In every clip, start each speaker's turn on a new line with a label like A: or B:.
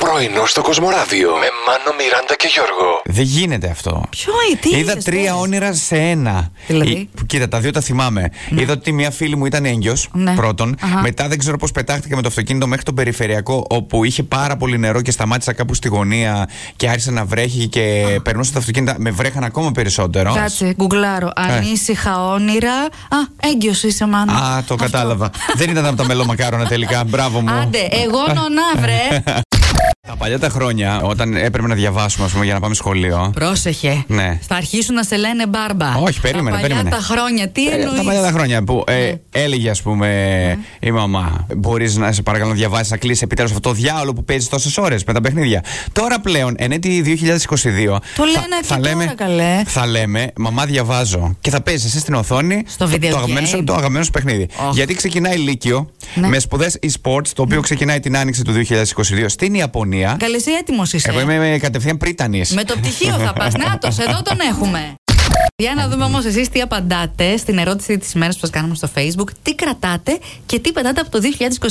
A: Πρωινό στο Κοσμοράδιο με Μάνο, Μιράντα και Γιώργο.
B: Δεν γίνεται αυτό.
C: Ποιο είναι, τι
B: Είδα
C: είδες,
B: τρία
C: πες.
B: όνειρα σε ένα.
C: Δηλαδή?
B: Ε, Κοίτα, τα δύο τα θυμάμαι. Είδα ότι μία φίλη μου ήταν έγκυος
C: Ναι.
B: πρώτον.
C: Αχα.
B: Μετά δεν ξέρω πώς πετάχτηκα με το αυτοκίνητο μέχρι τον περιφερειακό, όπου είχε πάρα πολύ νερό και σταμάτησα κάπου στη γωνία και άρχισε να βρέχει και περνούσα τα αυτοκίνητα. Με βρέχαν ακόμα περισσότερο.
C: Κάτσε,
B: Ε.
C: γκουγκλάρω. Ανήσυχα όνειρα. Α, έγκυος είσαι, μάνα.
B: Α, το
C: Αυτό.
B: κατάλαβα. δεν ήταν από τα μελομακάρονα τελικά. Μπράβο μου. Ε.
C: Άντε, εγώ νονά, βρε.
B: Τα παλιά τα χρόνια, όταν έπρεπε να διαβάσουμε, ας πούμε, για να πάμε σχολείο.
C: Πρόσεχε.
B: Ναι.
C: Θα αρχίσουν να σε λένε μπάρμπα.
B: Όχι, περίμενε,
C: Τα παλιά
B: περίμενε.
C: τα χρόνια, τι
B: Ε,
C: εννοεί.
B: Τα παλιά τα χρόνια που ε,
C: Ναι.
B: έλεγε, ας πούμε, η μαμά, μπορείς να σε παρακαλώ να διαβάσεις, να κλείσει επιτέλους αυτό το διάολο που παίζει τόσες ώρες με τα παιχνίδια. Τώρα πλέον, εν έτη 2022.
C: Το λένε και τώρα, καλέ.
B: Θα λέμε, μαμά διαβάζω. Και θα παίζεις εσύ στην οθόνη
C: Στο
B: το,
C: video
B: το, αγαπημένο, σου-
C: game.
B: το αγαπημένο σου παιχνίδι.
C: Οχ.
B: Γιατί ξεκινάει Λύκειο
C: Ναι.
B: με σπουδές e-sports, το οποίο ξεκινάει την άνοιξη του 2022 στην Ιαπωνία.
C: Καλή, εσύ έτοιμος είσαι.
B: Εγώ είμαι κατευθείαν πρίτανης.
C: Με το πτυχίο θα πας. Νάτος, εδώ τον έχουμε. Για να δούμε όμως εσείς τι απαντάτε στην ερώτηση της ημέρας που σας κάνουμε στο Facebook. Τι κρατάτε και τι πετάτε από το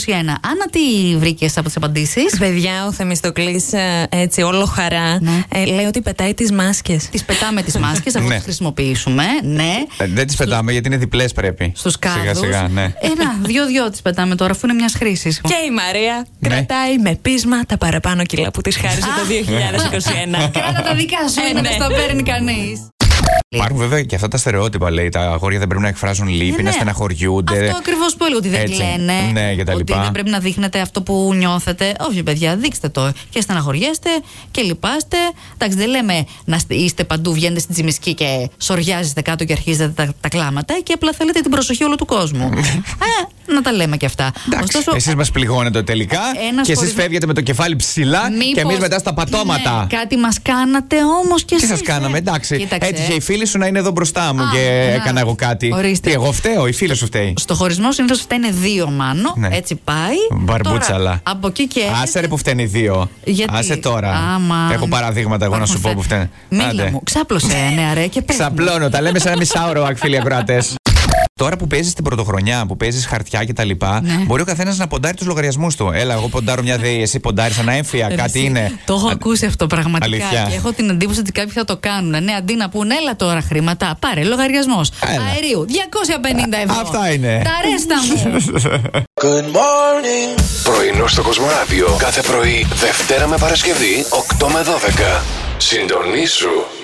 C: 2021. Άννα, τι βρήκες από τις απαντήσεις.
D: Παιδιά, ο Θεμιστοκλής έτσι όλο χαρά
C: Ναι.
D: ε, λέει ότι πετάει τις μάσκες
C: Τις πετάμε τις μάσκες, αφού
B: Ναι.
C: τις χρησιμοποιήσουμε. Ναι.
B: Ε, Δεν τις πετάμε γιατί είναι διπλές πρέπει.
C: Στους
B: Σιγά
C: κάδους.
B: σιγά, ναι.
C: Ένα, δύο-δύο τις πετάμε τώρα, αφού είναι μιας χρήσης.
D: Και η Μαρία
B: Ναι.
D: κρατάει με πείσμα τα παραπάνω κιλά που της χάρισε το 2021.
C: Κράτα τα δικά σου,
D: Ε,
C: είναι
D: ναι.
C: τα παίρνει κανείς.
B: Υπάρχουν βέβαια και αυτά τα στερεότυπα, λέει. Τα αγόρια δεν πρέπει να εκφράζουν λύπη, να στεναχωριούνται.
C: Ναι, Ε, Αυτό ακριβώς που έλεγα ότι δεν
B: Έτσι.
C: κλαίνε.
B: Ναι, και τα
C: ότι
B: λοιπά.
C: δεν πρέπει να δείχνετε αυτό που νιώθετε. Όχι, παιδιά, δείξτε το. Και στεναχωριέστε και λυπάστε. Εντάξει, δεν λέμε να στε- είστε παντού, βγαίνετε στην τσιμισκή και σοριάζεστε κάτω και αρχίζετε τα, τα κλάματα. Και απλά θέλετε την προσοχή όλου του κόσμου. ε, να τα λέμε και αυτά.
B: Ναι. Εντάξει,
C: Ωστόσο, ε,
B: εσείς μας πληγώνετε τελικά
C: Ένας
B: και εσείς
C: χωρίς-
B: φεύγετε με το κεφάλι ψηλά και
C: μήπως-
B: εμείς μετά στα πατώματα.
C: Ναι, κάτι μας κάνατε όμως
B: Τι
C: και εσεί.
B: σα κάναμε, εντάξει.
C: ε. Κοίταξε. ε.
B: Έτυχε η φίλη σου να είναι εδώ μπροστά μου
C: Α,
B: και
C: να.
B: έκανα εγώ κάτι.
C: Ορίστε.
B: Τι, εγώ φταίω, η φίλη σου φταίει.
C: Στο χωρισμό συνήθως φταίνε δύο μάνο.
B: Ναι.
C: Έτσι πάει. Τώρα,
B: Μπαρμπούτσαλα.
C: Από εκεί και.
B: Άσε ρε που φταίνει δύο.
C: Γιατί?
B: Άσε τώρα.
C: Άμα...
B: Έχω παραδείγματα εγώ να σου πω που φταίνει.
C: Μίλα
B: Άντε.
C: μου, ξάπλωσε ε, νεαρέ και πες μου.
B: Ξαπλώνω, τα λέμε σε ένα μισάωρο, φίλοι ακροατές. Τώρα που παίζεις την πρωτοχρονιά, που παίζεις χαρτιά κτλ.,
C: Ναι.
B: μπορεί ο καθένας να ποντάρει τους λογαριασμούς του. Έλα, εγώ ποντάρω μια ΔΕΗ, εσύ ποντάρεις ένα έμφυα, κάτι
C: Εσύ,
B: είναι.
C: Το έχω ακούσει αυτό πραγματικά.
B: ναι. Αλήθεια.
C: Και έχω την εντύπωση ότι κάποιοι θα το κάνουν. Ναι, αντί να πούνε, έλα τώρα χρήματα. Πάρε, λογαριασμός.
B: Έλα.
C: Αερίου, 250 ευρώ.
B: αυτά είναι.
C: Τα ρέστα μου.
A: Πρωινό στο Κοσμοράδιο κάθε πρωί, Δευτέρα με Παρασκευή, 8 με 12. Συντονίσου